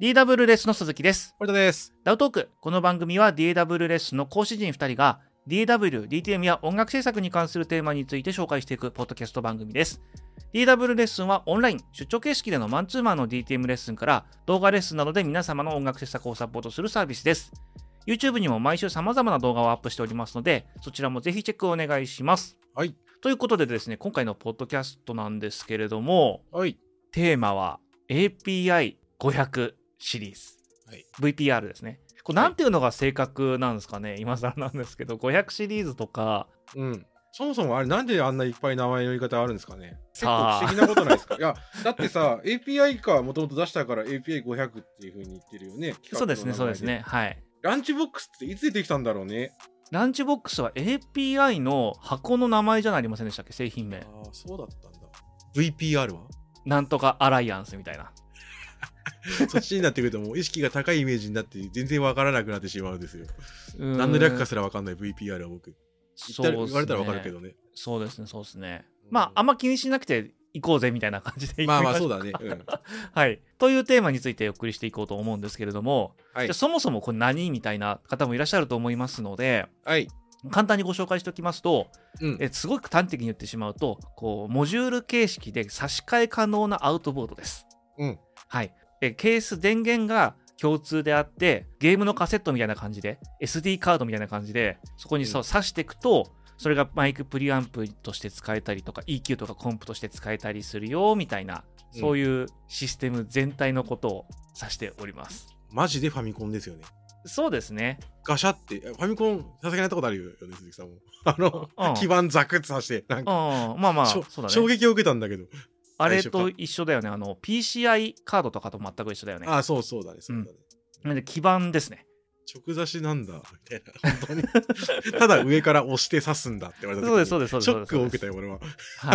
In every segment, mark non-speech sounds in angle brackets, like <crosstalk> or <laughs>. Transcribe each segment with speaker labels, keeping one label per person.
Speaker 1: DW レッスンの鈴木です。
Speaker 2: 堀田です。
Speaker 1: ダウトーク。この番組は DW レッスンの講師陣2人が DW、DTM や音楽制作に関するテーマについて紹介していくポッドキャスト番組です。DW レッスンはオンライン、出張形式でのマンツーマンの DTM レッスンから動画レッスンなどで皆様の音楽制作をサポートするサービスです。YouTube にも毎週様々な動画をアップしておりますので、そちらもぜひチェックをお願いします。
Speaker 2: はい。
Speaker 1: ということでですね、今回のポッドキャストなんですけれども、
Speaker 2: はい。
Speaker 1: テーマは API500 シリーズ、
Speaker 2: はい
Speaker 1: VPR ですねこれなんていうのが正確なんですかね、今更なんですけど500シリーズとか
Speaker 2: うん。そもそもあれなんであんないっぱい名前の言い方あるんですかね結構
Speaker 1: さあ
Speaker 2: 不思議なことないですか <laughs> いや、だってさ、API かもともと出したから API500 っていうふうに言ってるよね。
Speaker 1: そうですね
Speaker 2: 企画の名前
Speaker 1: そうです。ねはい
Speaker 2: ランチボックスっていつ出てきたんだろうね。
Speaker 1: ランチボックスは API の箱の名前じゃありませんでしたっけ製品
Speaker 2: あ
Speaker 1: 名
Speaker 2: あ、そうだったんだ。VPR は
Speaker 1: なんとかアライアンスみたいな
Speaker 2: <laughs> そっちになってくるともう意識が高いイメージになって全然わからなくなってしまうんですよ。
Speaker 1: 何
Speaker 2: すらわかんない VPR は僕。
Speaker 1: そうですね <laughs>
Speaker 2: ね。
Speaker 1: そうですねそうですねまああんま気にしなくて行こうぜみたいな感じで行きしょう
Speaker 2: だね。うん
Speaker 1: はいというテーマについてお送りしていこうと思うんですけれども
Speaker 2: は
Speaker 1: <laughs>
Speaker 2: い
Speaker 1: じゃあ。そもそもこれ何みたいな方もいらっしゃると思いますので
Speaker 2: はい。
Speaker 1: 簡単にご紹介しておきますと
Speaker 2: うん
Speaker 1: えすごく端的に言ってしまうとこうモジュール形式で差し替え可能なアウトボードです。
Speaker 2: うん
Speaker 1: はい、えケース電源が共通であってゲームのカセットみたいな感じで SD カードみたいな感じでそこにそうう挿していくとそれがマイクプリアンプとして使えたりとか EQ とかコンプとして使えたりするよみたいな
Speaker 2: うん
Speaker 1: そういうシステム全体のことを指しております。
Speaker 2: マジでファミコンですよね。
Speaker 1: そうですね
Speaker 2: ガシャって、ファミコン、さすがにやったことあるよね、鈴木さんも。 <laughs> あの、
Speaker 1: うん
Speaker 2: 基盤ザクッとさして、なんか、
Speaker 1: ああまあまあ
Speaker 2: しょ
Speaker 1: そうだ
Speaker 2: 衝
Speaker 1: ね
Speaker 2: 撃を受けたんだけど。
Speaker 1: あれと一緒だよねあの PCI カードとかと全く一緒だよね
Speaker 2: ああ、そうそうだね、そうだね。
Speaker 1: なんで基盤ですね
Speaker 2: 直差しなんだ、みたいな、 <laughs> 本当に。ただ上から押して刺すんだって言われた時に
Speaker 1: そうですそうですそうです
Speaker 2: ショックを受けた
Speaker 1: よ、
Speaker 2: よ、俺は。
Speaker 1: は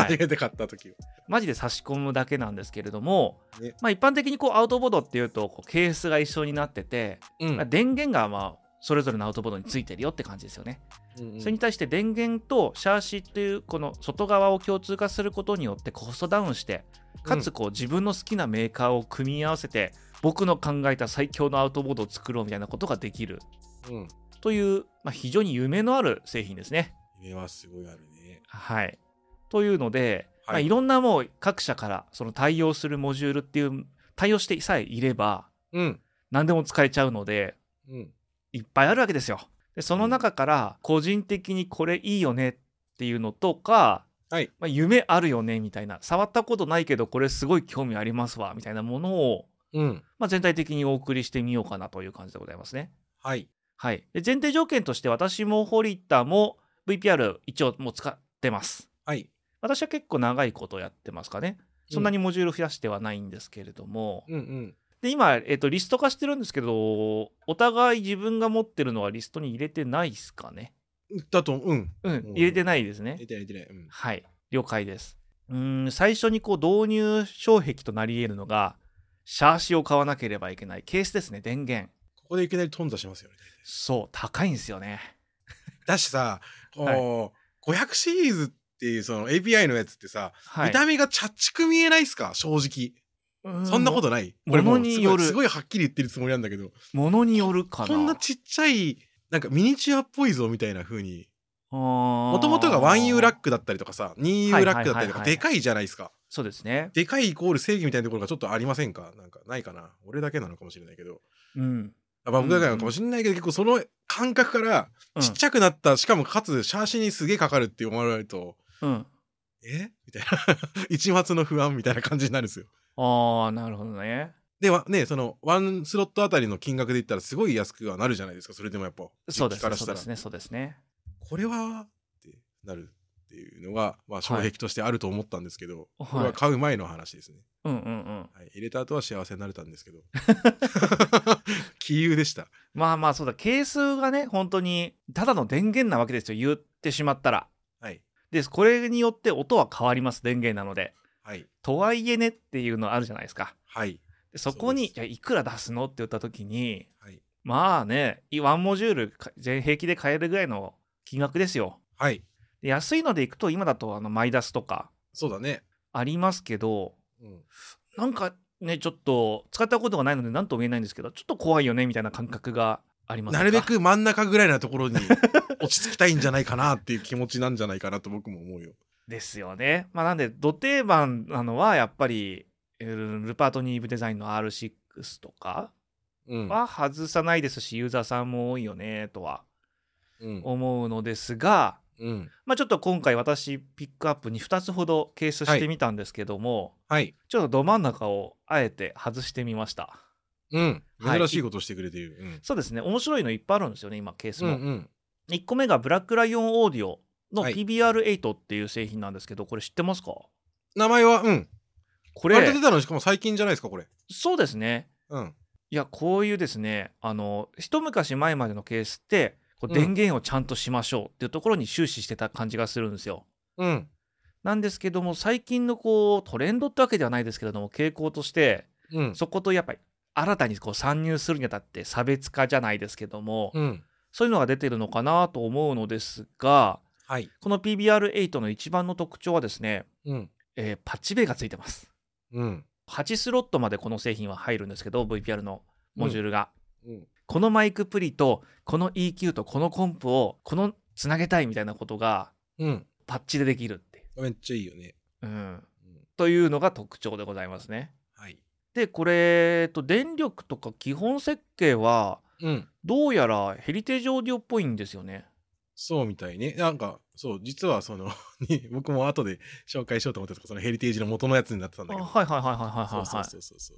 Speaker 2: 初
Speaker 1: い、
Speaker 2: めて買った時は。
Speaker 1: マジで差し込むだけなんですけれども、
Speaker 2: ね
Speaker 1: まあ、一般的にこうアウトボードっていうとこうケースが一緒になってて、
Speaker 2: うん
Speaker 1: まあ電源がまあそれぞれのアウトボードについてるよって感じですよね、
Speaker 2: うんうん
Speaker 1: それに対して電源とシャーシっていうこの外側を共通化することによってコストダウンしてかつこう自分の好きなメーカーを組み合わせて僕の考えた最強のアウトボードを作ろうみたいなことができる
Speaker 2: うん。
Speaker 1: という、まあ、非常に夢のある製品ですね。
Speaker 2: 夢はすごいあるね。
Speaker 1: はい、というので、
Speaker 2: はい
Speaker 1: いまあ、いろんなもう各社からその対応するモジュールっていう対応してさえいれば
Speaker 2: うん。
Speaker 1: 何でも使えちゃうので
Speaker 2: うん。
Speaker 1: いっぱいあるわけですよ。でその中から個人的にこれいいよねっていうのとか、
Speaker 2: はい
Speaker 1: まあ、夢あるよねみたいな触ったことないけどこれすごい興味ありますわみたいなものを、
Speaker 2: うん。
Speaker 1: まあ、全体的にお送りしてみようかなという感じでございますね。
Speaker 2: はい。
Speaker 1: はい、で前提条件として私も堀田も VPR 一応もう使ってます
Speaker 2: はい。
Speaker 1: 私は結構長いことやってますかねそんなにモジュール増やしてはないんですけれども、
Speaker 2: うんうん。
Speaker 1: で今、えっとリスト化してるんですけどお互い自分が持ってるのはリストに入れてないですかね
Speaker 2: だと、うん。
Speaker 1: うん入れてないですね
Speaker 2: 出てない出てない。うん。
Speaker 1: はい了解ですうーん最初にこう導入障壁となり得るのがシャーシを買わなければいけないケースですね電源
Speaker 2: ここでいきなり頓挫しますよね。
Speaker 1: そう高いんですよね
Speaker 2: だしさ、こう、500シリーズっていうその API のやつってさ、
Speaker 1: はい
Speaker 2: 見た目がちゃっちく見えないっすか正直。そんなことない。
Speaker 1: も
Speaker 2: 俺もう
Speaker 1: ものに
Speaker 2: す
Speaker 1: よ
Speaker 2: ごい
Speaker 1: る
Speaker 2: すごいはっきり言ってるつもりなんだけど、
Speaker 1: ものによるかな。
Speaker 2: こんなちっちゃい、なんかミニチュアっぽいぞみたいな風に、
Speaker 1: も
Speaker 2: もともとが 1U ラックだったりとかさ、2U ラックだったりと
Speaker 1: はいはいはいは
Speaker 2: か、
Speaker 1: い
Speaker 2: でかいじゃないですか。
Speaker 1: そうですね。
Speaker 2: でかいイコール正義みたいなところがちょっとありませんかなんかないかな俺だけなのかもしれないけど。
Speaker 1: うん。
Speaker 2: あまあ僕だけなのかもしれないけど、結構その感覚から、
Speaker 1: うん
Speaker 2: ちっちゃくなった、しかもかつ、シャーシにすげえかかるって思われると、
Speaker 1: うん。
Speaker 2: えみたいな <laughs> 一抹の不安みたいな感じになるんですよ。
Speaker 1: ああ、なるほどね。
Speaker 2: ではねそのワンスロットあたりの金額で言ったらすごい安くはなるじゃないですかそれでもやっぱ
Speaker 1: そうです
Speaker 2: 時期か
Speaker 1: ね。
Speaker 2: ら
Speaker 1: そ
Speaker 2: し
Speaker 1: う
Speaker 2: た
Speaker 1: で
Speaker 2: ら、
Speaker 1: すね。そうですね。
Speaker 2: これはってなるっていうのが、まあ、障壁としてあると思ったんですけど、
Speaker 1: はい
Speaker 2: これは買う前の話ですね、
Speaker 1: うんうんうん。
Speaker 2: はい、入れた後は幸せになれたんです
Speaker 1: <laughs>
Speaker 2: けど杞憂でした
Speaker 1: まあまあ、そうだ。係数がね、本当に、ただの電源なわけですよ。言ってしまったら。
Speaker 2: はい
Speaker 1: です。これによって音は変わります。電源なので。
Speaker 2: はい
Speaker 1: とはいえねっていうのあるじゃないですか。
Speaker 2: はい
Speaker 1: でそこに、
Speaker 2: そう
Speaker 1: じゃいくら出すのって言った時に、
Speaker 2: はい
Speaker 1: まあね、ワンモジュールか全平気で買えるぐらいの金額ですよ。
Speaker 2: はい
Speaker 1: で安いのでいくと、今だとあのマイダスとか、
Speaker 2: そうだね
Speaker 1: ありますけど
Speaker 2: うん
Speaker 1: なんかね、ちょっと使ったことがないので何とも言えないんですけどちょっと怖いよねみたいな感覚があります
Speaker 2: なるべく真ん中ぐらいなところに落ち着きたいんじゃないかなっていう気持ちなんじゃないかなと僕も思うよ。
Speaker 1: ですよね。まあ、なんでど定番なのはやっぱりえールパートニーブデザインの R6 とか
Speaker 2: うん。
Speaker 1: は外さないですしユーザーさんも多いよねとは
Speaker 2: うん。
Speaker 1: 思うのですが、
Speaker 2: うん。
Speaker 1: まあ、ちょっと今回私ピックアップに2つほどケースしてみたんですけども、
Speaker 2: はい。
Speaker 1: ちょっとど真ん中をあえて外してみました。
Speaker 2: うん。
Speaker 1: はい
Speaker 2: 珍しいことしてくれている。うん
Speaker 1: そうですね面白いのいっぱいあるんですよね今ケース
Speaker 2: うん
Speaker 1: も。
Speaker 2: うん。
Speaker 1: 1個目がブラックライオンオーディオの
Speaker 2: はい
Speaker 1: PBR8 っていう製品なんですけどこれ知ってますか
Speaker 2: 名前は、うん。
Speaker 1: こ
Speaker 2: 割と
Speaker 1: れ
Speaker 2: 出たのしかも最近じゃないですか、これ。
Speaker 1: そうですね
Speaker 2: うん。
Speaker 1: いやこういうですねあの一昔前までのケースってこう
Speaker 2: うん
Speaker 1: 電源をちゃんとしましょうっていうところに終始してた感じがするんですよ。
Speaker 2: うん。
Speaker 1: なんですけども最近のこうトレンドってわけではないですけれども傾向として
Speaker 2: うん。
Speaker 1: そことやっぱり新たにこう参入するにあたって差別化じゃないですけども、
Speaker 2: うん。
Speaker 1: そういうのが出てるのかなと思うのですが
Speaker 2: はい。
Speaker 1: この PBR8 の一番の特徴はですね、
Speaker 2: うん。
Speaker 1: えーパッチベがついてます。
Speaker 2: うん。
Speaker 1: 8スロットまでこの製品は入るんですけど VPR のモジュールが。
Speaker 2: うん。
Speaker 1: このマイクプリとこの EQ とこのコンプをこのつなげたいみたいなことが
Speaker 2: うん。
Speaker 1: パッチでできるっていう。
Speaker 2: めっちゃいいよね。
Speaker 1: うん、
Speaker 2: うん
Speaker 1: というのが特徴でございますね。
Speaker 2: はい。
Speaker 1: でこれ、えっと、電力とか基本設計は
Speaker 2: うん。
Speaker 1: どうやらヘリテージオーディオっぽいんですよね。
Speaker 2: そうみたいね。なんか、そう、実はその、 <laughs> に僕も後で紹介しようと思ってたそのヘリテージの元のやつになってたん
Speaker 1: あ
Speaker 2: だけど。
Speaker 1: はいはいはいはいはい
Speaker 2: そう
Speaker 1: はい
Speaker 2: そう
Speaker 1: はい
Speaker 2: そうそうそう。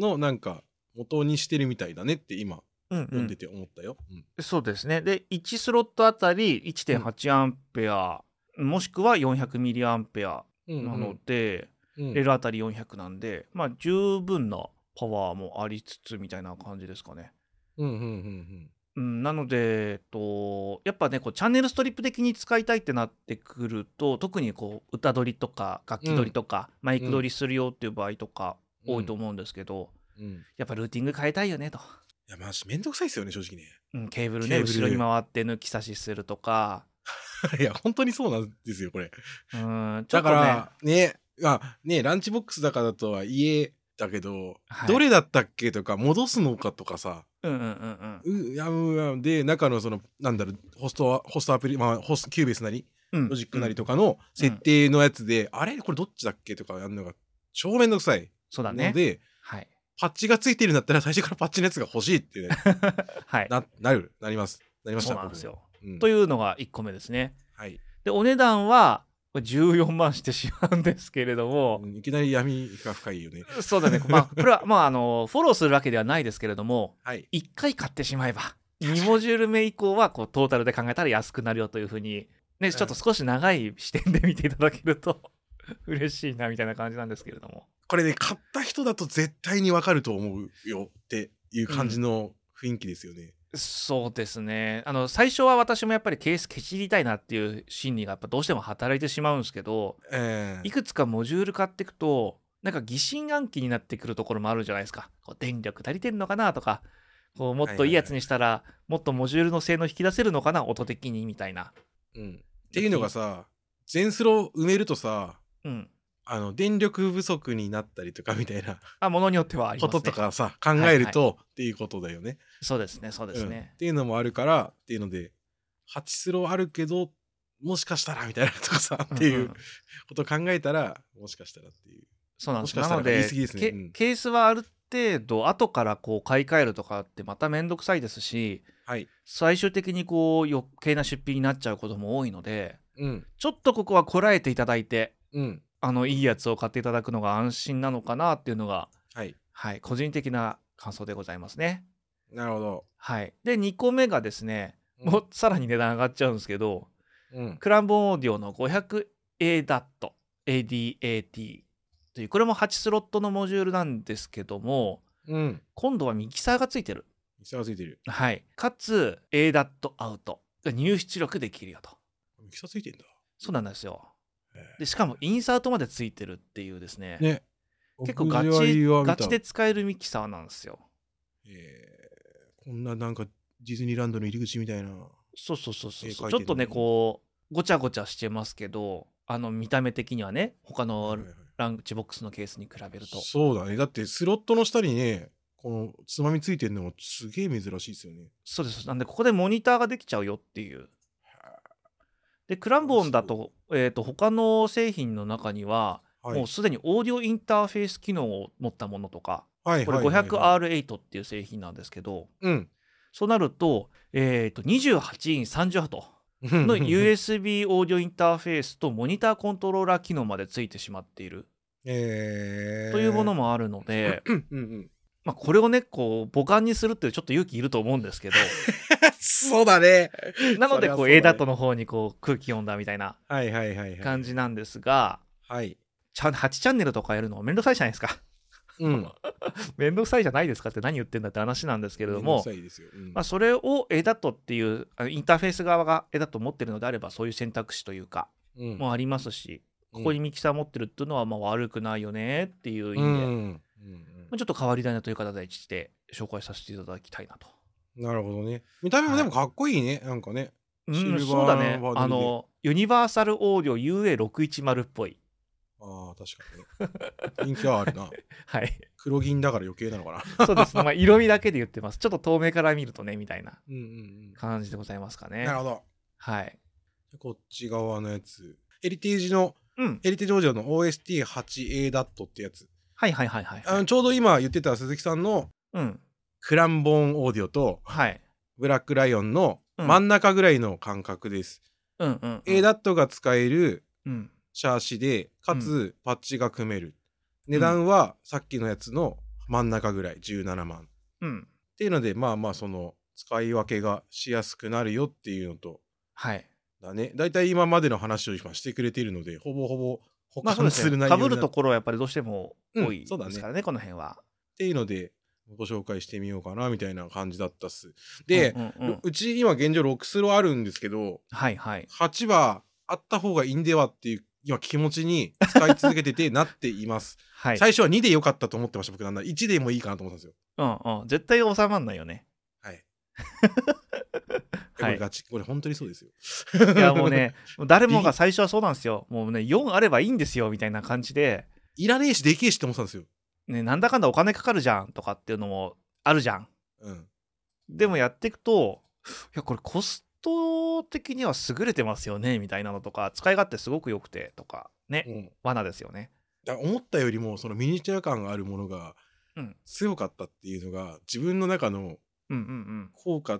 Speaker 2: の、なんか、元にしてるみたいだねって今、
Speaker 1: うんう
Speaker 2: 読んで
Speaker 1: ん。
Speaker 2: て思ったよ。うん。
Speaker 1: そうですね。で1スロットあたり1.8アンペア、もしくは400ミリアンペア
Speaker 2: うん
Speaker 1: なので、
Speaker 2: うん
Speaker 1: レールあたり400なんで、まあ、十分なパワーもありつつみたいな感じですかね。
Speaker 2: うんうんうん
Speaker 1: うん、なので、えっと、やっぱねこうチャンネルストリップ的に使いたいってなってくると特にこう歌取りとか楽器取りとか、マイク取りするよっていう場合とか
Speaker 2: うん
Speaker 1: 多いと思うんですけど、
Speaker 2: うん。うん。い
Speaker 1: やっぱルーティング変えたいよねと、
Speaker 2: や、まじめんどくさいですよね、正直
Speaker 1: <laughs>
Speaker 2: ね。
Speaker 1: うん、ケーブルね
Speaker 2: ケーブル
Speaker 1: 後ろに回って抜き差しするとか、
Speaker 2: いや、本当にそうなんですよ、これ。
Speaker 1: うん、ちょ
Speaker 2: だ
Speaker 1: っと
Speaker 2: か
Speaker 1: ね
Speaker 2: ら、ね、あ、ね、ランチボックスだからとは家だけど、
Speaker 1: はい
Speaker 2: どれだったっけとか、戻すのかとかさ、
Speaker 1: うんうんうん
Speaker 2: うやむやむで、中のその、なんだろう、ホストは、ホストアプリ、まあ、ホスト、キューベースなり、
Speaker 1: うん、
Speaker 2: ロジックなりとかの設定のやつで、あれこれどっちだっけとかやるのが超めんどくさい。
Speaker 1: そうだ
Speaker 2: の
Speaker 1: ね。
Speaker 2: で、
Speaker 1: はい、
Speaker 2: パッチがついてるんだったら最初からパッチのやつが欲しいって、ね、
Speaker 1: はい、
Speaker 2: な、なる、なります。なりまし
Speaker 1: そ
Speaker 2: た。
Speaker 1: うなんですよ。
Speaker 2: 僕も。うん
Speaker 1: というのが1個目ですね。
Speaker 2: はい。
Speaker 1: でお値段はこれ14万してしまうんですけれども、
Speaker 2: うんいきなり闇が深いよね。
Speaker 1: そうだね、まあ、これは、まあ、あのフォローするわけではないですけれども
Speaker 2: はい。
Speaker 1: 1回買ってしまえば2モジュール目以降はこうトータルで考えたら安くなるよというふうに、ね、ちょっと少し長い視点で見ていただけると <laughs> 嬉しいなみたいな感じなんですけれども
Speaker 2: これね、買った人だと絶対にわかると思うよっていう感じの雰囲気ですよね。
Speaker 1: そうですねあの最初は私もやっぱりケースけちりたいなっていう心理がやっぱどうしても働いてしまうんですけど
Speaker 2: ええ
Speaker 1: いくつかモジュール買っていくとなんか疑心暗鬼になってくるところもあるじゃないですかこう電力足りてんのかなとかこうもっといいやつにしたら、もっとモジュールの性能引き出せるのかな音的にみたいな、
Speaker 2: うん。っていうのがさ、全スロ埋めるとさ、
Speaker 1: うん、
Speaker 2: あの、電力不足になったりとかみたいな
Speaker 1: あものによってはありま
Speaker 2: こ
Speaker 1: すね
Speaker 2: ととかさ、考えると、っていうことだよね。
Speaker 1: そうですねそうです
Speaker 2: うんっ
Speaker 1: ね、
Speaker 2: ていうのもあるからっていうので8スローあるけどもしかしたらみたいなとかさってい
Speaker 1: ん
Speaker 2: うんうことを考えたらもしかしたらっていう
Speaker 1: そうなんです
Speaker 2: もしか
Speaker 1: なの
Speaker 2: したら
Speaker 1: で
Speaker 2: 言い過ぎですね
Speaker 1: け
Speaker 2: うん
Speaker 1: ケースはある程度後からこう買い替えるとかってまた面倒くさいですし
Speaker 2: はい
Speaker 1: 最終的にこう余計な出費になっちゃうことも多いので
Speaker 2: うん
Speaker 1: ちょっとここはこらえていただいて
Speaker 2: うん
Speaker 1: あのいいやつを買っていただくのが安心なのかなっていうのが、
Speaker 2: はい
Speaker 1: はい、個人的な感想でございますね。
Speaker 2: なるほど、
Speaker 1: はい、で2個目がですね、
Speaker 2: うん
Speaker 1: もうさらに値段上がっちゃうんですけど
Speaker 2: うん
Speaker 1: クランボンオーディオの 500ADAT というこれも8スロットのモジュールなんですけども
Speaker 2: うん
Speaker 1: 今度はミキサーがついてる、
Speaker 2: 店がついてる
Speaker 1: はい、かつ ADAT アウトが入出力できるよと
Speaker 2: ミキサーついてんだ
Speaker 1: そうなんですよ
Speaker 2: へ
Speaker 1: でしかもインサートまでついてるっていうですね
Speaker 2: ね
Speaker 1: 結構ガチ
Speaker 2: 僕割は見た
Speaker 1: ガチで使えるミキサーなんですよ
Speaker 2: えーこんななんかディズニーランドの入り口みたいな
Speaker 1: そうそうそうそう
Speaker 2: 絵
Speaker 1: そ
Speaker 2: 描
Speaker 1: うち
Speaker 2: いて
Speaker 1: ょっ
Speaker 2: る
Speaker 1: とね
Speaker 2: のに
Speaker 1: こうごちゃごちゃしてますけどあの見た目的にはね他の
Speaker 2: はいはい
Speaker 1: ランチボックスのケースに比べると。
Speaker 2: そうだね。だってスロットの下にね、このつまみついてるのもすげえ珍しいですよね。
Speaker 1: そうです。なんで、ここでモニターができちゃうよっていう。で、クランボーンだと、えっ、と、他の製品の中には、
Speaker 2: はい。
Speaker 1: もうすでにオーディオインターフェース機能を持ったものとか、
Speaker 2: はい
Speaker 1: これ
Speaker 2: はいはいはい
Speaker 1: 500R8 っていう製品なんですけど、
Speaker 2: うん。
Speaker 1: そうなると、えっ、と、28イン38との
Speaker 2: の
Speaker 1: USB オーディオインターフェースとモニターコントローラー機能までついてしまっている
Speaker 2: えー、
Speaker 1: というものもあるの
Speaker 2: <laughs>
Speaker 1: で、
Speaker 2: うんうん。
Speaker 1: まあ、これをね、こう、母艦にするっていうちょっと勇気いると思うんですけど、
Speaker 2: そうだね。
Speaker 1: <laughs> なので、こ、
Speaker 2: そうりゃそうだね
Speaker 1: A ダットの方にこう空気読んだみたいな
Speaker 2: はいはいはいはい。
Speaker 1: 感じなんですが、
Speaker 2: はい。
Speaker 1: ちゃん8チャンネルとかやるのめんどくさいじゃないですか。 <laughs>
Speaker 2: うん。
Speaker 1: めんどくさいじゃないですかって何言ってんだって話なんですけ
Speaker 2: け
Speaker 1: れども、まあ、それを A ダットっていう、あのインターフェース側が A ダット持ってるのであれば、そういう選択肢というか、
Speaker 2: うん、
Speaker 1: もありますし、ここにミキサー持ってるっていうのは、まあ、悪くないよねっていう意味で、
Speaker 2: うん、うん
Speaker 1: ま
Speaker 2: うんうん
Speaker 1: あちょっと変わり種という形でして紹介させていただきたいなと。
Speaker 2: なるほどね。見た目もでもかっこいいね。なんかね。
Speaker 1: う
Speaker 2: シルバ
Speaker 1: ん、
Speaker 2: ー
Speaker 1: そうだね
Speaker 2: バージョン。で
Speaker 1: あの、ユニバーサルオーディオ UA610 っぽい。
Speaker 2: ああ、確かにね。人気はあるな。
Speaker 1: はい。
Speaker 2: 黒銀だから余計なのか
Speaker 1: <laughs>
Speaker 2: な。
Speaker 1: そうですね。まあ、色味だけで言ってます。ちょっと遠目から見るとね、みたいな
Speaker 2: うんうん
Speaker 1: 感じでございますか
Speaker 2: うん。
Speaker 1: ね
Speaker 2: <laughs> な。るほど。
Speaker 1: はい。
Speaker 2: こっち側のやつ。エリテージの、
Speaker 1: うん。
Speaker 2: エリテージ王者の OST8A ダットってやつ。
Speaker 1: はいはいはいはい。
Speaker 2: あのちょうど今言ってた鈴木さんの
Speaker 1: うん。
Speaker 2: クランボーンオーディオと
Speaker 1: はい。
Speaker 2: ブラックライオンの
Speaker 1: うん
Speaker 2: 真ん中ぐらいの感覚です。
Speaker 1: うんうんうん。
Speaker 2: A ダットが使える
Speaker 1: うん。
Speaker 2: シャーシで、かつパッチが組める。
Speaker 1: ん
Speaker 2: 値段はさっきのやつの真ん中ぐらい、17万。
Speaker 1: うん。
Speaker 2: っていうのでまあまあその使い分けがしやすくなるよっていうのと
Speaker 1: はい。
Speaker 2: だね大体今までの話を今してくれているのでほぼほぼ
Speaker 1: まあ
Speaker 2: 他
Speaker 1: そうで
Speaker 2: のす
Speaker 1: す
Speaker 2: る
Speaker 1: ね。
Speaker 2: 内
Speaker 1: か
Speaker 2: 容
Speaker 1: ぶ
Speaker 2: にな
Speaker 1: る
Speaker 2: っ
Speaker 1: ところはやっぱりどうしても多い
Speaker 2: うんそうだね
Speaker 1: ですからね、この辺は。
Speaker 2: ていうのでご紹介してみようかなみたいな感じだったっすで、
Speaker 1: うんう
Speaker 2: うん
Speaker 1: うん
Speaker 2: ち今現状6スロあるんですけど
Speaker 1: はいはい。
Speaker 2: 8はあった方がいいんではっていう今気持ちに使い続けててなっています、
Speaker 1: <laughs> はい。
Speaker 2: 最初は2でよかったと思ってました僕なんだ1でもいいかなと思ったんですよ
Speaker 1: うんうん。絶対収まんないよね。
Speaker 2: はい
Speaker 1: <laughs>
Speaker 2: こ
Speaker 1: はい
Speaker 2: れガチこれ本当にそうですよ
Speaker 1: い
Speaker 2: <laughs>
Speaker 1: やもうね、もう誰もが最初はそうなんですよ。もうね、4あればいいんですよ、みたいな感じで、
Speaker 2: いらねえしでけえしって思ってたんですよ
Speaker 1: ね、なんだかんだお金かかるじゃんとかっていうのもあるじゃん。
Speaker 2: うん
Speaker 1: でもやっていくと、いや、これコスト的には優れてますよね、みたいなのとか、使い勝手すごく良くてとか、ね、
Speaker 2: うん
Speaker 1: 罠ですよね。
Speaker 2: だから思ったよりもそのミニチュア感があるものが
Speaker 1: うん
Speaker 2: 強かったっていうのが自分の中の
Speaker 1: うんうんうん。
Speaker 2: 効果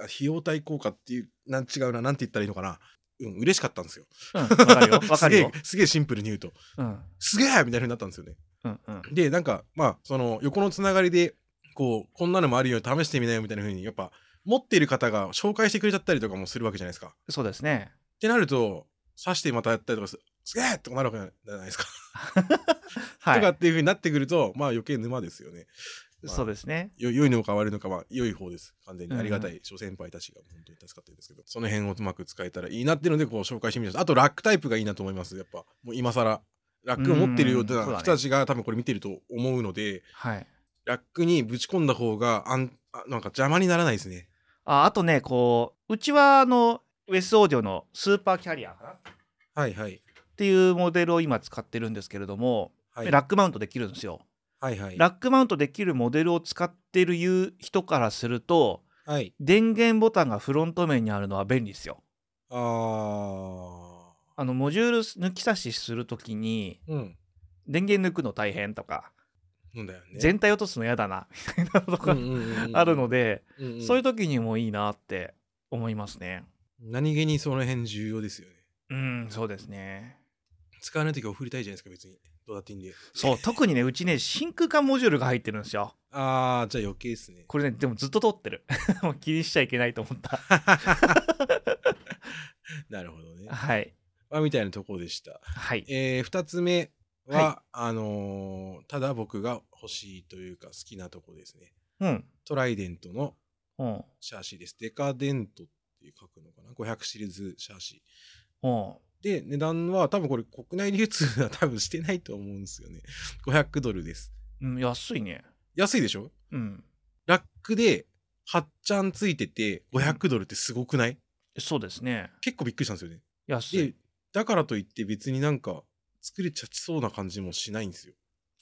Speaker 2: あ費用対効果っていうなん違うななんて言ったらいいのかなうん嬉しかったんですよ。
Speaker 1: うん、わかるよ。 <laughs> わか
Speaker 2: <laughs> すげ
Speaker 1: るよ
Speaker 2: え。すげえシンプルに言うと
Speaker 1: うん。
Speaker 2: すげえみたいな風になったんですよね。
Speaker 1: うんうん。
Speaker 2: でなんかまあその横のつながりでこうこんなのもあるよ試してみなよみたいな風にやっぱ持っている方が紹介してくれちゃったりとかもするわけじゃないですか。っ
Speaker 1: そうですね。
Speaker 2: てなると刺してまたやったりとかすすげえってなるわけじゃないですか。
Speaker 1: はい
Speaker 2: とか。っていう風になってくるとまあ余計沼ですよね。まあ
Speaker 1: そうですね。
Speaker 2: よ良いのか悪いのかは良い方です。完全に
Speaker 1: うん
Speaker 2: ありがたい諸先輩たちが本当に助かってるんですけど、その辺をうまく使えたらいいなっていうのでこう紹介してみました。あとラックタイプがいいなと思います。やっぱもう今更ラックを持ってるよう
Speaker 1: うん
Speaker 2: な
Speaker 1: そうだね
Speaker 2: 人たちが多分これ見てると思うので、
Speaker 1: はい。
Speaker 2: ラックにぶち込んだ方があんあなんか邪魔にならないですね。
Speaker 1: ああとね、こう、うちはあの、ウェスオーディオのスーパーキャリアかなっ
Speaker 2: はいはい
Speaker 1: ていうモデルを今使ってるんですけれども、
Speaker 2: はい
Speaker 1: ラックマウントできるんですよ。
Speaker 2: はいはい
Speaker 1: ラックマウントできるモデルを使ってるいう人からすると、
Speaker 2: はい
Speaker 1: 電源ボタンがフロント面にあるのは便利ですよ。
Speaker 2: あー
Speaker 1: あの、モジュール抜き差しするときに、
Speaker 2: うん
Speaker 1: 電源抜くの大変とか、
Speaker 2: なんだよね。
Speaker 1: 全体落とすの嫌だな、 <laughs> みたいなのとかあるの
Speaker 2: で、
Speaker 1: で、
Speaker 2: うんうん
Speaker 1: そういう時にもいいなって思いますね。
Speaker 2: 何気にその辺重要ですよね。
Speaker 1: うん、そうですね。
Speaker 2: 使わない時は振りたいじゃないですか別にどうだっていいんで。
Speaker 1: そう、特にね、うちね、真空管モジュールが入ってるんですよ。
Speaker 2: ああじゃあ余計ですね。
Speaker 1: これね、でもずっと通ってる。 <laughs> もう気にしちゃいけないと思った。
Speaker 2: <laughs> なるほどね。
Speaker 1: はい。
Speaker 2: まあ、みたいなところでした。
Speaker 1: はい。
Speaker 2: えー、2つ目は、
Speaker 1: は
Speaker 2: あのーただ僕が欲しいというか好きなとこですね。
Speaker 1: うん。
Speaker 2: トライデントの
Speaker 1: うん。
Speaker 2: シャーシです。デカデントって書くのかな ?500 シリーズシャーシ。
Speaker 1: うん。
Speaker 2: で、値段は多分これ国内流通は多分してないと思うんですよね。500ドルです。
Speaker 1: うん、安いね。
Speaker 2: 安いでしょ
Speaker 1: うん。
Speaker 2: ラックで8ちゃんついてて500ドルってすごくない、
Speaker 1: そうですね。
Speaker 2: 結構びっくりしたんですよね。
Speaker 1: 安い。
Speaker 2: でだからといって別になんか作れちゃちそうな感じもしないんですよ。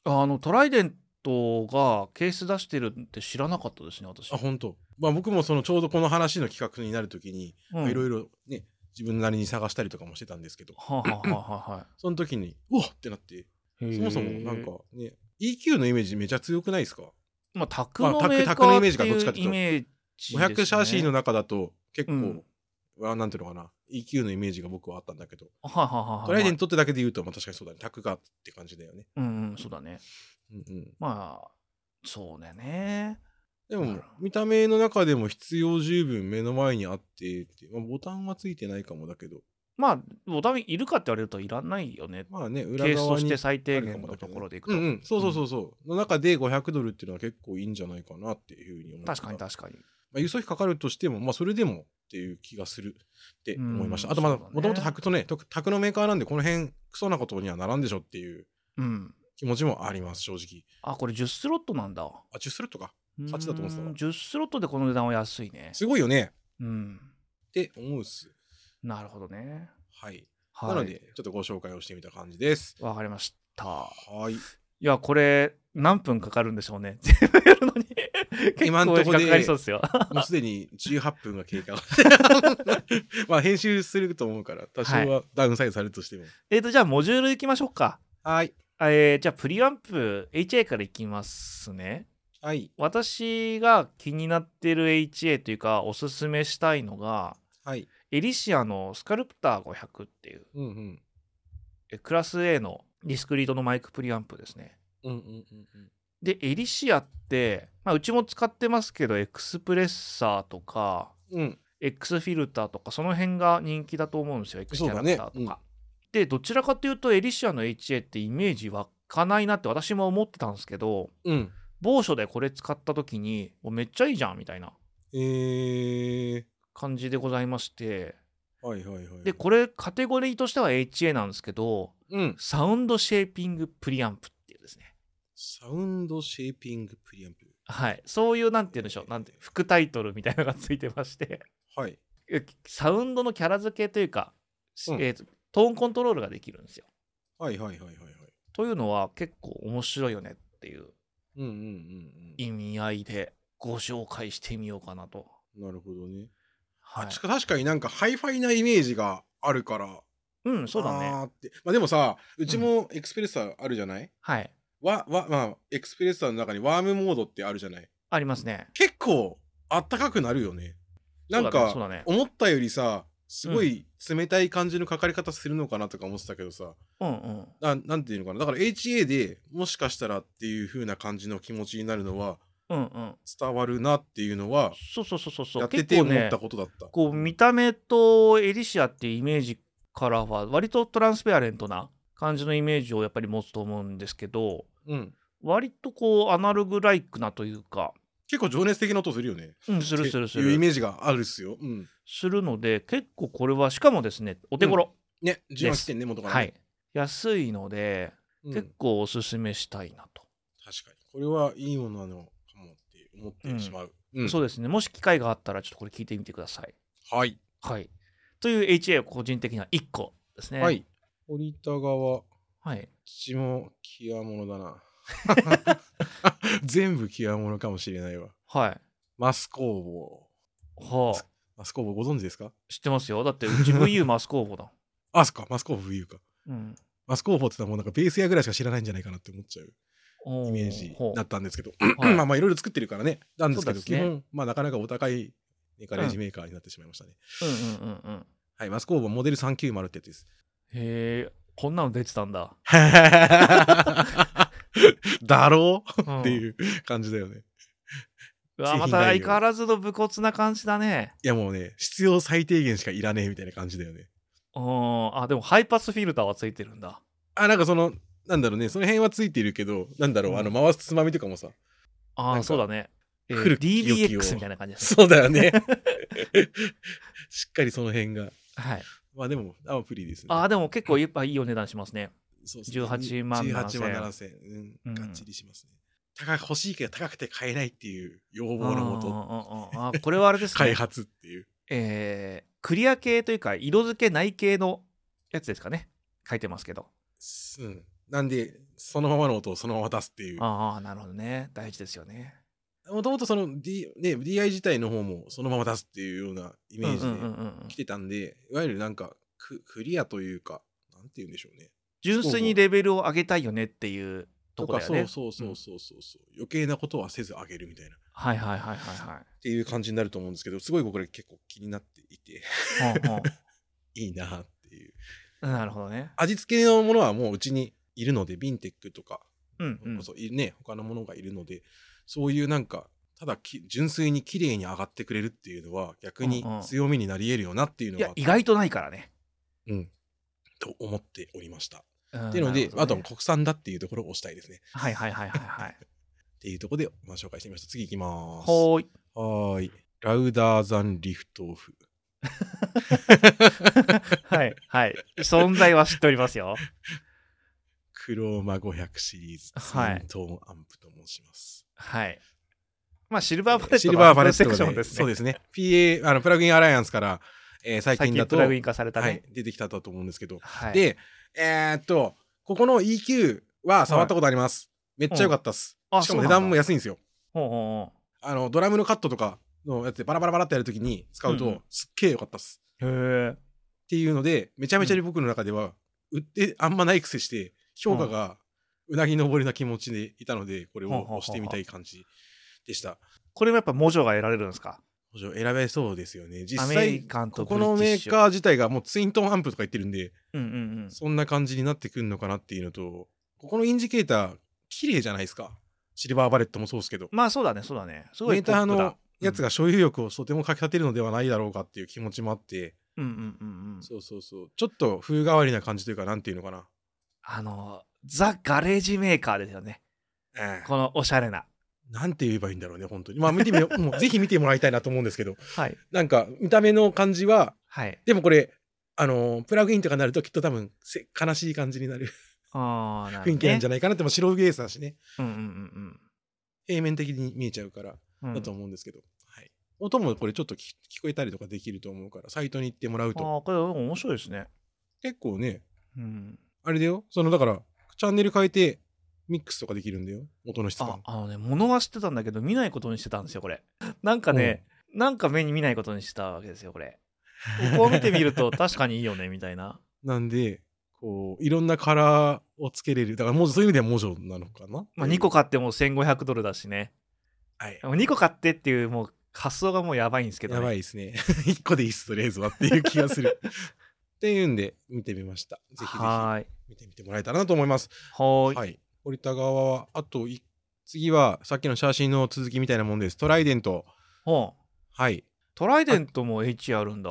Speaker 1: あのトライデントがケース出してるって知らなかったですね私
Speaker 2: あ本当。まあ僕もそのちょうどこの話の企画になるときに
Speaker 1: うん
Speaker 2: いろいろね自分なりに探したりとかもしてたんですけど
Speaker 1: はあ、はあはあはあ
Speaker 2: その時にうわっってなって
Speaker 1: そ
Speaker 2: <laughs> そもそもなんかね EQ のイメージめちゃ強くないですか
Speaker 1: まあ、タクの
Speaker 2: まあタク
Speaker 1: メーカ
Speaker 2: タクのイメ
Speaker 1: ー
Speaker 2: ー
Speaker 1: っ
Speaker 2: ジ
Speaker 1: て
Speaker 2: がどっちか
Speaker 1: い
Speaker 2: と
Speaker 1: う
Speaker 2: いうと
Speaker 1: イメージです、ね、
Speaker 2: 500シャーシーの中だと結
Speaker 1: う
Speaker 2: 構
Speaker 1: ん、
Speaker 2: はなんていうのかな EQ のイメージが僕はあったんだけど、
Speaker 1: はあはあはあはあ
Speaker 2: トライデントってだけで言うと、まあ、確かにそうだねタクがって感じだよね、
Speaker 1: うんうんそうだね
Speaker 2: うんうん、
Speaker 1: まあそうだね
Speaker 2: で
Speaker 1: な
Speaker 2: も
Speaker 1: るほど
Speaker 2: 見た目の中でも必要十分目の前にあってってまあ、ボタンはついてないかもだけど
Speaker 1: まあボタンいるかって言われるといらないよね
Speaker 2: まあね
Speaker 1: ケ
Speaker 2: 裏
Speaker 1: ースと
Speaker 2: 側
Speaker 1: し
Speaker 2: に
Speaker 1: て最低
Speaker 2: ある
Speaker 1: 限
Speaker 2: かも
Speaker 1: の
Speaker 2: だけ
Speaker 1: と
Speaker 2: どね
Speaker 1: ころでいく
Speaker 2: う
Speaker 1: と、
Speaker 2: んうんそうそうそうそう、の中で500ドルっていうのは結構いいんじゃないかなっていうふうに思った
Speaker 1: 確かに確かに
Speaker 2: まあ、輸送費かかるとしても、まあ、それでもっていう気がするって思いました。
Speaker 1: うん
Speaker 2: あと、まあ、
Speaker 1: そうだね
Speaker 2: もともとタクとね、とタクのメーカーなんで、この辺、クソなことにはならんでしょっていう
Speaker 1: うん
Speaker 2: 気持ちもあります、正直。
Speaker 1: あこれ10スロットなんだ
Speaker 2: あ、10スロットか。
Speaker 1: 8
Speaker 2: だと思ってたわ
Speaker 1: 10スロットでこの値段は安いね
Speaker 2: すごいよね
Speaker 1: うん
Speaker 2: って思うっす。
Speaker 1: なるほどね
Speaker 2: はい。
Speaker 1: はい
Speaker 2: なので、ちょっとご紹介をしてみた感じです。
Speaker 1: わかりました
Speaker 2: はい。
Speaker 1: いやこれ何分かかるんでしょうね <laughs> 全部やるの
Speaker 2: <laughs>
Speaker 1: に結
Speaker 2: 今ん
Speaker 1: 構
Speaker 2: と
Speaker 1: 時
Speaker 2: こ
Speaker 1: 間
Speaker 2: で
Speaker 1: かかりそうですよ <laughs>
Speaker 2: もうすでに18分が経 <laughs> 過。まあ、編集すると思うから、多少はダウンサイドされるとしても。
Speaker 1: えっとじゃあモジュールいきましょうか
Speaker 2: はい。
Speaker 1: あえーじゃあプリアンプ HA からいきますね
Speaker 2: はい。
Speaker 1: 私が気になってる HA というかおすすめしたいのが
Speaker 2: はい。
Speaker 1: エリシアのスカルプター500っていう
Speaker 2: うんうん。
Speaker 1: えクラス A のディスクリートのマイクプリアンプですね
Speaker 2: うんうんうんうん。
Speaker 1: でエリシアって、まあ、うちも使ってますけどエクスプレッサーとか
Speaker 2: うん。
Speaker 1: X フィルターとかその辺が人気だと思うんですよ X キ
Speaker 2: そう
Speaker 1: ャラ
Speaker 2: だ
Speaker 1: ク
Speaker 2: ね
Speaker 1: ターとか、でどちらかというとエリシアの HA ってイメージ湧かないなって私も思ってたんですけど
Speaker 2: うん。
Speaker 1: 某所でこれ使った時におめっちゃいいじゃんみたいな
Speaker 2: えー。
Speaker 1: 感じでございまして
Speaker 2: はいはいはい。
Speaker 1: でこれカテゴリーとしては HA なんですけど
Speaker 2: うん。
Speaker 1: サウンドシェーピングプリアンプっていうですね
Speaker 2: サウンドシェーピングプリアンプ。
Speaker 1: はいそういうなんて言うんでしょうなんて副タイトルみたいなのがついてまして <laughs>
Speaker 2: はい。
Speaker 1: えサウンドのキャラ付けというか、
Speaker 2: うん
Speaker 1: えーとトーンコントロールができるんですよ
Speaker 2: はいはいはいはいはい。
Speaker 1: というのは結構面白いよねっていう
Speaker 2: うんうんうん
Speaker 1: 意味合いでご紹介してみようかなと。
Speaker 2: うん。なるほどね。
Speaker 1: は
Speaker 2: あ
Speaker 1: い
Speaker 2: ち、か確かになんかハイファイなイメージがあるから。
Speaker 1: うん、そうだね。
Speaker 2: あーって。まあでもさ、うちもエクスプレッサーあるじゃない、
Speaker 1: はい。
Speaker 2: わ、わ、まあ、エクスプレッサーの中にワームモードってあるじゃない
Speaker 1: ありますね。
Speaker 2: 結構あったかくなるよね。なん
Speaker 1: そうだ
Speaker 2: か、
Speaker 1: ね。
Speaker 2: 思ったよりさ、すごい冷たい感じのかかり方するのかなとか思ってたけどさ、
Speaker 1: そうだねうんうん。
Speaker 2: ななんていうのかなだから HA でもしかしたらっていう風な感じの気持ちになるのは
Speaker 1: うんうん。
Speaker 2: 伝わるなっていうのは
Speaker 1: そうそうそうそうそう。
Speaker 2: やってて思っ
Speaker 1: 結
Speaker 2: た
Speaker 1: 構ね、
Speaker 2: ことだった、
Speaker 1: こう見た目とエリシアっていうイメージからは割とトランスペアレントな感じのイメージをやっぱり持つと思うんですけど、
Speaker 2: うん、
Speaker 1: 割とこうアナログライクなというか、
Speaker 2: 結構情熱的な音するよね
Speaker 1: うん、するするす
Speaker 2: っていうイ
Speaker 1: る。
Speaker 2: メージがあるっすよ、うん、
Speaker 1: するので、結構これは、しかもですね、お手頃。
Speaker 2: ね10万切ってんね元からね
Speaker 1: はい。安いので、
Speaker 2: うん
Speaker 1: 結構おすすめしたいなと、
Speaker 2: 確かにこれはいいものなのかもって思ってしまう、うん
Speaker 1: そうですねもし機会があったらちょっとこれ聞いてみてください
Speaker 2: はい、
Speaker 1: はいという HA を個人的には1個ですね
Speaker 2: はい堀田川
Speaker 1: はい
Speaker 2: 土も極物だ
Speaker 1: <laughs>
Speaker 2: な <laughs> 全部極物かもしれないわ
Speaker 1: はい
Speaker 2: マス工房
Speaker 1: はあ
Speaker 2: マス工房ご存知ですか
Speaker 1: 知ってますよだってう <laughs> ち VU マス工房だ
Speaker 2: あそっかマス工房 VU か
Speaker 1: うん
Speaker 2: マス工房って言ったらもうなんかベース屋ぐらいしか知らないんじゃないかなって思っちゃう
Speaker 1: おー
Speaker 2: イメージ
Speaker 1: ほう
Speaker 2: だったんですけど、
Speaker 1: はい
Speaker 2: <clears throat> まあまあいろいろ作ってるからねなんですけ
Speaker 1: そう
Speaker 2: ど
Speaker 1: です
Speaker 2: 基
Speaker 1: ね
Speaker 2: 本、まあなかなかお高いねガレージメーカーになってしまいましたね、
Speaker 1: うんうんうんうん
Speaker 2: はいマス工房モデル390ってやつです
Speaker 1: へえこんなの出てたんだ、
Speaker 2: <laughs> だろう
Speaker 1: うん
Speaker 2: っていう感じだよね
Speaker 1: うわまた相変わらずの武骨な感じだね
Speaker 2: いやもうね必要最低限しかいらねえみたいな感じだよね
Speaker 1: うんあでもハイパスフィルターはついてるんだ
Speaker 2: あなんかそのなんだろうねその辺はついてるけどなんだろう、
Speaker 1: うん
Speaker 2: あの回すつまみとかもさ
Speaker 1: あ
Speaker 2: なん
Speaker 1: あ
Speaker 2: か
Speaker 1: そうだね、えー
Speaker 2: 古き良きを
Speaker 1: DBX みたいな感じです
Speaker 2: そうだよね <laughs> しっかりその辺が
Speaker 1: はい
Speaker 2: まあでもあプリですね
Speaker 1: ああでも結構やっぱいいお値段しますね
Speaker 2: そう
Speaker 1: 18万7000
Speaker 2: 18万7000円、
Speaker 1: う
Speaker 2: うんん、がっちりしますね高く欲しいけど高くて買えないっていう要望のもと
Speaker 1: あーあーあーこれはあれです
Speaker 2: 開
Speaker 1: ね、
Speaker 2: 発っていう
Speaker 1: えークリア系というか色付けない系のやつですかね書いてますけど
Speaker 2: すうん、なんでそのままの音をそのまま出すっていう
Speaker 1: ああ、なるほどね。大事ですよね。
Speaker 2: もともとその、D ね、DI 自体の方もそのまま出すっていうようなイメー
Speaker 1: うんうんうん
Speaker 2: ジで
Speaker 1: うん
Speaker 2: 来てたんで、いわゆるなんかククリアというかなんて言うんでしょうね
Speaker 1: 純粋にレベルを上げたいよねっていうと
Speaker 2: と
Speaker 1: こ
Speaker 2: か
Speaker 1: だよね。
Speaker 2: そうそうそうそうそうそう、余計なことはせずあげるみたいなっ
Speaker 1: はいはいはいは
Speaker 2: ていう感じになると思うんですけどすごい僕これ結構気になっていて <laughs>
Speaker 1: いはい。ほんほ
Speaker 2: いいなっていうん
Speaker 1: なるほどね。
Speaker 2: 味付けのものはもううちにいるのでビンテックとか、
Speaker 1: うんうん。
Speaker 2: そういね他のものがいるのでそういうなんかただき純粋に綺麗に上がってくれるっていうのは逆に
Speaker 1: うんうん
Speaker 2: 強みになり得るよなっていうの
Speaker 1: い
Speaker 2: が、
Speaker 1: や、意外とないからね。
Speaker 2: うん、と思っておりました。
Speaker 1: うん
Speaker 2: っていうの
Speaker 1: な
Speaker 2: で、あ
Speaker 1: るほ
Speaker 2: と
Speaker 1: ど
Speaker 2: は
Speaker 1: ね
Speaker 2: 国産だっていうところを押したいですね。
Speaker 1: はいはいはいはいはい。
Speaker 2: っていうところで、まあ、紹介してみました。次行きます。は
Speaker 1: ほーい。
Speaker 2: ーい。ラウダーザンリフトオフ。
Speaker 1: はいはい。存在は知っておりますよ。
Speaker 2: クローマ500シリーズ、ツ
Speaker 1: はい
Speaker 2: イントーンアンプと申します。
Speaker 1: はい。まあ、シルバーパレットの
Speaker 2: シルバーバレット
Speaker 1: セクション
Speaker 2: で
Speaker 1: ですね。
Speaker 2: そうですね。PA、あの、プラグインアライアンスから、えー最
Speaker 1: 最
Speaker 2: 近
Speaker 1: 近
Speaker 2: だ
Speaker 1: プ
Speaker 2: と、
Speaker 1: ラグイン化された
Speaker 2: はい
Speaker 1: ね。、
Speaker 2: 出てきたと思うんですけど。
Speaker 1: はい。
Speaker 2: で、えーっと、ここの EQ は触ったことあります。めっちゃ良かったっす。
Speaker 1: うんあ
Speaker 2: しか
Speaker 1: そうな
Speaker 2: も
Speaker 1: んだ
Speaker 2: 値段も安いんですよ。
Speaker 1: ほうほ
Speaker 2: あの、ドラムのカットとかのやつでバラバラバラってやるときに使うと、
Speaker 1: うんうん
Speaker 2: すっげえ良かったっす。
Speaker 1: うほう。へえ。
Speaker 2: っていうので、めちゃめちゃ僕の中では、売ってあんまないくせして、評価がうなぎ登りな気持ちでいたので、これ
Speaker 1: ほうほうほうほ
Speaker 2: を
Speaker 1: う
Speaker 2: 押してみたい感じでした。
Speaker 1: これもやっぱ文字が得られるんですか
Speaker 2: もちろん選べそうですよね。実
Speaker 1: アメリ
Speaker 2: 際、
Speaker 1: カンと
Speaker 2: こ
Speaker 1: ブリ
Speaker 2: こ
Speaker 1: ティ
Speaker 2: のメ
Speaker 1: ッシ
Speaker 2: ー
Speaker 1: ュ。
Speaker 2: カー自体がもうツイントーンアンプとか言ってるんで、
Speaker 1: うんうんうん。
Speaker 2: そんな感じになってくるのかなっていうのと、ここのインジケーター、綺麗じゃないですか。シルバーバレットもそうですけど。
Speaker 1: まあそうだね、そうだね。すご
Speaker 2: メ
Speaker 1: い
Speaker 2: ー
Speaker 1: ポ
Speaker 2: タ
Speaker 1: ッ
Speaker 2: ー
Speaker 1: プだ
Speaker 2: のやつが所有欲をとてもかき立てるのではないだろうかっていう気持ちもあって、
Speaker 1: うんうんうんうん。
Speaker 2: そうそうそう。ちょっと風変わりな感じというか、なんていうのかな。
Speaker 1: あの、ザ・ガレージメーカーですよね。
Speaker 2: ええ
Speaker 1: このおしゃれな。
Speaker 2: なんて言えばいいんだろうね、本当に。まあ、見てみよ
Speaker 1: <laughs>
Speaker 2: う。もうぜひ見てもらいたいなと思うんですけど、
Speaker 1: はい。
Speaker 2: なんか、見た目の感じは、
Speaker 1: はい。
Speaker 2: でもこれ、あのープラグインとかになるときっと多分せ悲しい感じになる
Speaker 1: ああ、なるほど、ね。
Speaker 2: 雰囲気なんじゃ
Speaker 1: ゃ
Speaker 2: ないかなって、まあ白ベースだしね、
Speaker 1: うんうん
Speaker 2: 平面的に見えちゃうから、
Speaker 1: うんうん。
Speaker 2: だと思うんですけど、はい。音もこれちょっとき聞こえたりとかできると思うから、サイトに行ってもらう
Speaker 1: うん
Speaker 2: と、
Speaker 1: ああ、これ面白いですね。
Speaker 2: 結構ね、
Speaker 1: うん。
Speaker 2: あれだよ、そのだから、チャンネル変えて、ミックスとかできるんだよ、音の質
Speaker 1: あ
Speaker 2: 感。
Speaker 1: あのね、物は知ってたんだけど、見ないことにしてたんですよ、これ。なんかね、なんか目に見ないことにしてたわけですよ、こ
Speaker 2: <laughs>
Speaker 1: れ。ここを見てみると、確かにいいよね、みたいな。
Speaker 2: なんで、こう、いろんなカラーをつけれる。だから、もうそういう意味ではモジョなのかな。
Speaker 1: まあ、2個買っても1500ドルだしね。
Speaker 2: はい。
Speaker 1: 2個買ってっていう、もう発想がもうやばいんですけど、ね。
Speaker 2: やばいですね。1個で <laughs> いいっす、とりあえずはっていう気が
Speaker 1: <laughs>
Speaker 2: する。っていうんで、見てみました。ぜひぜ
Speaker 1: はーい。
Speaker 2: ひ見てみてもらえたらなと思います。
Speaker 1: はーい。
Speaker 2: はい。堀田側は、あとい、次は、さっきの写真の続きみたいなもんです。トライデント。
Speaker 1: ほう
Speaker 2: はい。
Speaker 1: トライデントも H あるんだ。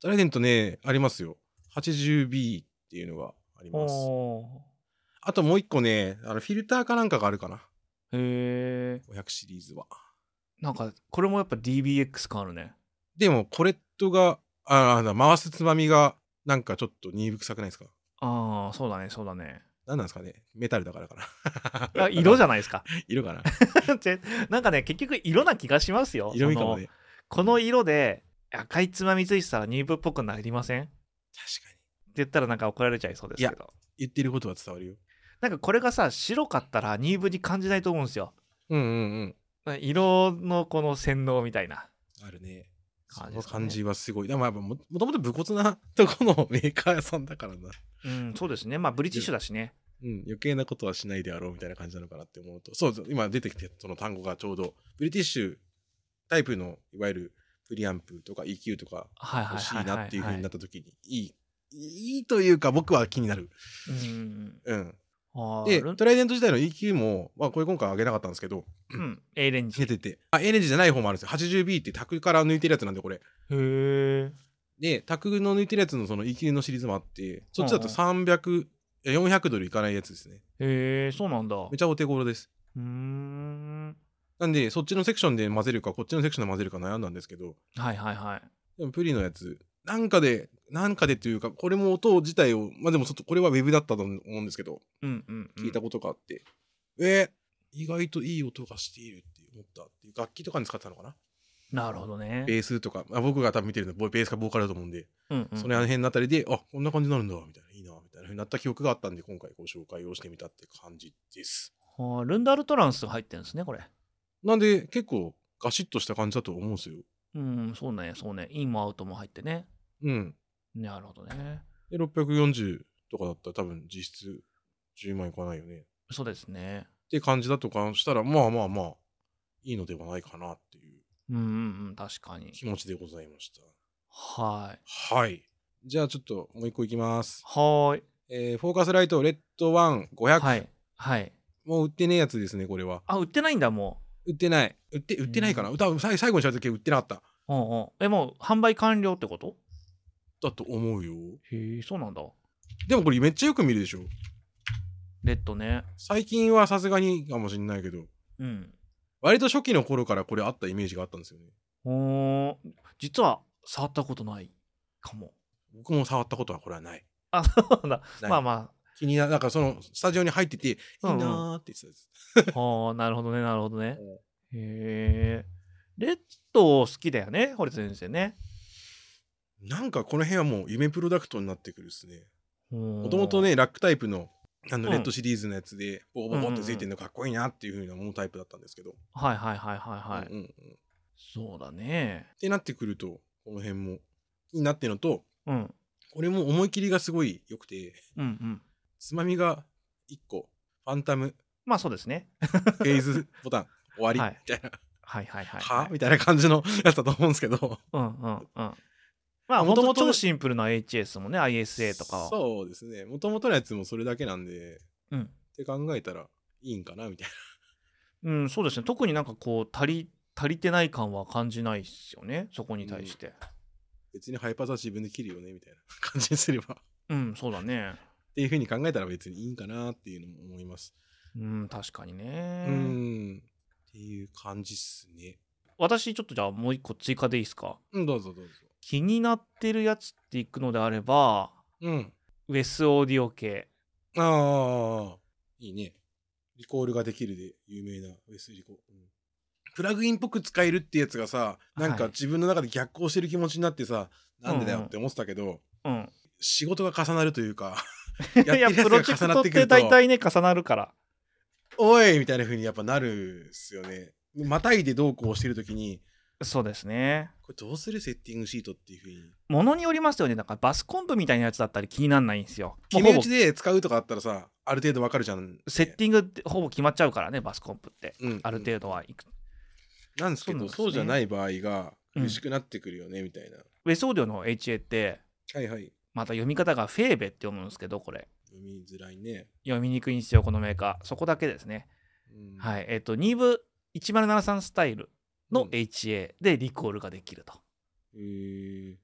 Speaker 2: トライデントね、ありますよ。80B っていうのがあります。
Speaker 1: お
Speaker 2: あともう一個ね、あのフィルターかなんかがあるかな。
Speaker 1: ーへえ。
Speaker 2: 500シリーズは。
Speaker 1: なんか、これもやっぱ DBX 感あるね。
Speaker 2: でも、コレットが、ああの、回すつまみが、なんかちょっとニーブ臭くないですか
Speaker 1: ああ、そうだね、そうだね。
Speaker 2: 何なんですかねメタルだからかな。 <laughs>
Speaker 1: あ色じ
Speaker 2: ゃ
Speaker 1: ゃないですか。 <laughs>
Speaker 2: 色かな
Speaker 1: ぜなんかね、結局色な気がしますよ。
Speaker 2: 色味か
Speaker 1: そ
Speaker 2: も
Speaker 1: の
Speaker 2: ね。
Speaker 1: この色で赤いつまみついてたらニーブっぽくなりませんって
Speaker 2: 確かに。
Speaker 1: 言ったらなんか怒られちゃいそうですけど。
Speaker 2: 言ってることは伝わるよ。
Speaker 1: なんかこれがさ、白かったらニーブに感じないと思うんですよ。
Speaker 2: うんうんうん。
Speaker 1: 色のこの洗脳みたいな。
Speaker 2: あるね。そ
Speaker 1: 感じ
Speaker 2: の
Speaker 1: ですかね
Speaker 2: 感じはすごい。でもやっぱも、もともと武骨なとこのメーカー屋さんだからな。
Speaker 1: うん、そうですね。まあ、ブリティッシュだしね。
Speaker 2: うん、余計なことはしないであろうみたいな感じなのかなって思うと。そうそう、今出てきてその単語がちょうど、ブリティッシュタイプの、いわゆるプリアンプとか EQ とか
Speaker 1: はいはい
Speaker 2: 欲し
Speaker 1: はいいはい、はい。
Speaker 2: なっていう風になった時に、いい、いいというか僕は気になる。
Speaker 1: うん。
Speaker 2: うん。
Speaker 1: あ
Speaker 2: で、
Speaker 1: ー
Speaker 2: トライデント自体の EQ も、まあこれ今回上げなかったんですけど、
Speaker 1: うん、A レンジ。
Speaker 2: 出てて、あ、エレンジじゃない方もあるんですよ。80B ってタクから抜いてるやつなんでこれ。
Speaker 1: へえ。
Speaker 2: で、タクの抜いてるやつのその EQ のシリーズもあって、そっちだと300、え400ドルいかないやつですね。
Speaker 1: へえ、そうなんだ。
Speaker 2: め
Speaker 1: う
Speaker 2: ちゃお手頃です。
Speaker 1: ーん。
Speaker 2: なんで、そっちのセクションで混ぜるか、こっちのセクションで混ぜるか悩んだんですけど、
Speaker 1: はいはいはい。
Speaker 2: でもプリのやつ、なんかで、なんかでというか、これも音自体を、まあでもちょっとこれはウェブだったと思うんですけど、
Speaker 1: うんうん、うん。
Speaker 2: 聞いたことがあって、えー意外といい音がしているって思ったっていう、楽器とかに使ってたのかな
Speaker 1: なるほどね。
Speaker 2: ベースとか、まあ、僕が多分見てるのはボベースかボーカルだと思うんで、
Speaker 1: うんうん
Speaker 2: その辺のあたりであこんな感じになるんだみたいないいなみたいなふうになった記憶があったんで今回ご紹介をしてみたって感じです
Speaker 1: はあルンダルトランスが入ってるんですね、これ。
Speaker 2: なんで結構ガシッとした感じだと思うんですよ
Speaker 1: うん、そうね、そうね。インもアウトも入ってね。
Speaker 2: うん
Speaker 1: なるほどね。
Speaker 2: で640とかだったら多分実質10万いかないよねっ
Speaker 1: そうですね。
Speaker 2: て感じだとかしたらまあまあまあいいのではないかなっていう
Speaker 1: うんうんうん、確かに。
Speaker 2: 気持ちでございまし
Speaker 1: はい。
Speaker 2: たはいじゃあちょっともう一個いきます、
Speaker 1: はーい。
Speaker 2: えーフォーカスライトレッドワン500、
Speaker 1: はい。はい。
Speaker 2: もう売ってねえやつですねこれは
Speaker 1: あ、売ってないんだ、も
Speaker 2: 売ってない売って売ってないかな、多分さい最後にした時は売ってなかった
Speaker 1: う。うんうん。え、もう販売完了ってこと
Speaker 2: だと思うよ
Speaker 1: へえ、そうなんだ。
Speaker 2: でもこれめっちゃよく見るでしょ
Speaker 1: レッドね。
Speaker 2: 最近はさすがにかもしんないけど
Speaker 1: うん。
Speaker 2: 割と初期の頃からこれあったイメージがあったんですよね
Speaker 1: おー実は触ったことないかも。
Speaker 2: 僕も触ったことはこれはない
Speaker 1: あ、そうなんだ。
Speaker 2: な
Speaker 1: <laughs>
Speaker 2: い
Speaker 1: まあま
Speaker 2: 気にななんかそのスタジオに入ってていい
Speaker 1: うんうん
Speaker 2: なーって言ってたやつ、
Speaker 1: あ。はあ、なるほどね、なるほどね。へえ。レッド好きだよね、堀先生ね。
Speaker 2: なんかこの辺はもう夢プロダクトになってくるですね
Speaker 1: も
Speaker 2: もともと、ねラックタイプのあの
Speaker 1: うん
Speaker 2: レッドシリーズのやつでボコボコってついてるのかっこいいなっていう風なものタイプだったんですけど、
Speaker 1: はいはいはいはいはい。
Speaker 2: うんうんうん、っ
Speaker 1: そうだね。
Speaker 2: てなってくるとこの辺もいいなっていうのと
Speaker 1: うん。
Speaker 2: これも思い切りがすごい良くて
Speaker 1: うんうん。
Speaker 2: つまみが1個ファンタム
Speaker 1: まあそうですね。
Speaker 2: フェーズボタン終わり
Speaker 1: はい
Speaker 2: みたいな、
Speaker 1: はいはいはい、
Speaker 2: はみたいな感じのやつだと思うんです
Speaker 1: <laughs>
Speaker 2: けど
Speaker 1: うんうんうん。まあ、もと
Speaker 2: 元々
Speaker 1: もと超シンプルな HS もね、ISA とかは。
Speaker 2: そうですねもともとのやつもそれだけなんで
Speaker 1: うん。
Speaker 2: って考えたらいいんかなみ <laughs> たい
Speaker 1: うん、そうですね。特になんかこう、足り、足りてない感は感じないっすよね。そこに対して。
Speaker 2: な別にハイパーザー自分で切るよねみたいな <laughs> 感じにすればっ
Speaker 1: うん、そうだね。
Speaker 2: ていうふうに考えたら別にいいんかなっていうのも思います
Speaker 1: うん、確かに
Speaker 2: う
Speaker 1: ね。
Speaker 2: んっていう感じっすね
Speaker 1: 私、ちょっとじゃあもう一個追加でいいですか。
Speaker 2: うんどうぞどうぞ
Speaker 1: 気になってるやつっていくのであれば、
Speaker 2: うん
Speaker 1: ウェスオーディオ系。
Speaker 2: ああいいねリコールができるで有名なウェスリコ、うんプラグインっぽく使えるってやつがさなん
Speaker 1: は
Speaker 2: か
Speaker 1: い
Speaker 2: 自分の中で逆行してる気持ちになってさ、なんでだよって思ってたけど、
Speaker 1: うん。
Speaker 2: 仕事が重なるというか
Speaker 1: <laughs> いや、プロジェクトって大体ね、重なるから。
Speaker 2: おいみたいな風にやっぱなるっすよね。またいでどうこうしてるときに、
Speaker 1: そうですね。
Speaker 2: これどうするセッティングシートっていう風に。
Speaker 1: ものによりますよね。だからバスコンプみたいなやつだったら気にならないんですよ。も
Speaker 2: 決
Speaker 1: う
Speaker 2: め
Speaker 1: ほ
Speaker 2: 打
Speaker 1: ぼ
Speaker 2: ちで使うとかあったらさ、ある程度わかるじゃん。
Speaker 1: セッティングってほぼ決まっちゃうからね、バスコンプって。
Speaker 2: うん
Speaker 1: ある程度はいく。
Speaker 2: なんですけど、そう,、
Speaker 1: そうなんですね
Speaker 2: じゃない場合が
Speaker 1: うん
Speaker 2: 苦しくなってくるよね、みたいな。
Speaker 1: ウェスオーディオの HA って、
Speaker 2: はいはい。
Speaker 1: また読み方がフェーベって読むんですけど、これ。
Speaker 2: 読みづらいね。
Speaker 1: 読みにくいんですよ、このメーカー。そこだけですね。
Speaker 2: うん
Speaker 1: はい。えっ、と、ニーブ1073スタイル
Speaker 2: う
Speaker 1: の
Speaker 2: ん
Speaker 1: HA でリコールができると
Speaker 2: えー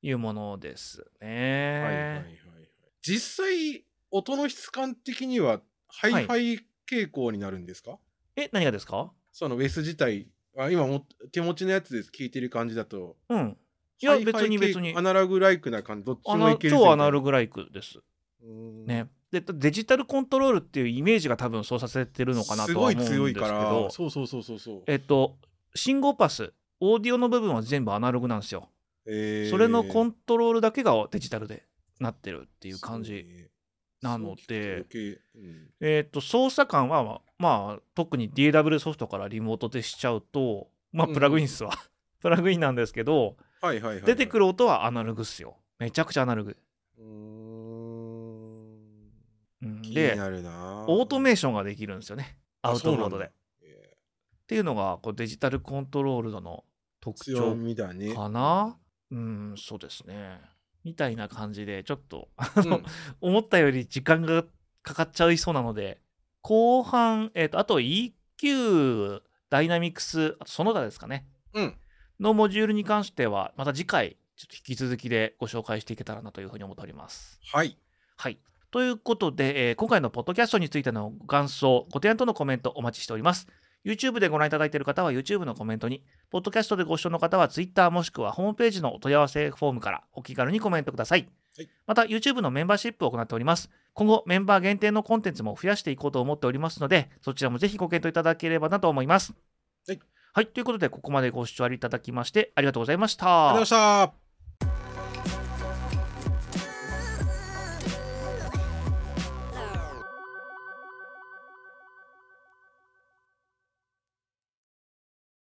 Speaker 1: いうものです
Speaker 2: はいはいはい
Speaker 1: ね。
Speaker 2: はい。実際、音の質感的には、ハイフ
Speaker 1: は
Speaker 2: ァイ傾向になるんですか、
Speaker 1: え、何がですか
Speaker 2: そのウェス自体、あ今も手持ちのやつで聞いてる感じだと、
Speaker 1: うん。いや
Speaker 2: ハイファイ
Speaker 1: 別に
Speaker 2: 系
Speaker 1: 別に
Speaker 2: アナログライクな感じ、どっち
Speaker 1: あ
Speaker 2: も
Speaker 1: の
Speaker 2: いけるぜみ
Speaker 1: 超
Speaker 2: たい
Speaker 1: ア
Speaker 2: な
Speaker 1: ナログライクです。ね。でデジタルコントロールっていうイメージが多分そうさせてるのかなとは思うんですけど
Speaker 2: ごい強いから、そうそうそうそうそう。
Speaker 1: えっと、信号パス、オーディオの部分は全部アナログなんですよ。
Speaker 2: えー
Speaker 1: それのコントロールだけがデジタルでなってるっていう感
Speaker 2: そう
Speaker 1: じ。
Speaker 2: ね
Speaker 1: なので
Speaker 2: そう聞くと余計うん
Speaker 1: えっと、操作感は、まあまあ、特に DAW ソフトからリモートでしちゃうと、まあ、
Speaker 2: うん
Speaker 1: プラグインっすわ。 <laughs> プラグインなんですけど、
Speaker 2: はいはいはいはい。
Speaker 1: 出てく
Speaker 2: る。
Speaker 1: る音はアナログっすよ。めちゃくちゃアナログ。うん
Speaker 2: 気に
Speaker 1: で、
Speaker 2: なるな。
Speaker 1: オートメー
Speaker 2: シ
Speaker 1: ションができるんですよね。アウトモードで。っ。
Speaker 2: え
Speaker 1: ていうのが、こうデジタルコントロールドの特
Speaker 2: ー強
Speaker 1: 徴
Speaker 2: みだね。
Speaker 1: かなうん、そうですね。みたいな感じで、ちょっと <laughs>
Speaker 2: うん。
Speaker 1: 思ったより時間がかかっちゃいそうなので、後半、えっ、と、あと EQ、ダイナミクス、あとその他ですかね、
Speaker 2: うん。
Speaker 1: のモジュールに関しては、また次回、ちょっと引き続きでご紹介していけたらなというふうに思っております。
Speaker 2: はい。
Speaker 1: はい。ということで、えー今回のポッドキャストについてのご感想、ご提案とのコメントお待ちしております。YouTube でご覧いただいている方は YouTube のコメントに、ポッドキャストでご視聴の方は Twitter もしくはホームページのお問い合わせフォームからお気軽にコメントください。
Speaker 2: はい
Speaker 1: また YouTube のメンバーシップを行っております。今後メンバー限定のコンテンツも増やしていこうと思っておりますので、そちらもぜひご検討いただければなと思います。
Speaker 2: はい
Speaker 1: はい、ということで、ここまでご視聴いただきまして、ありがとうございました
Speaker 2: ありがとうございました。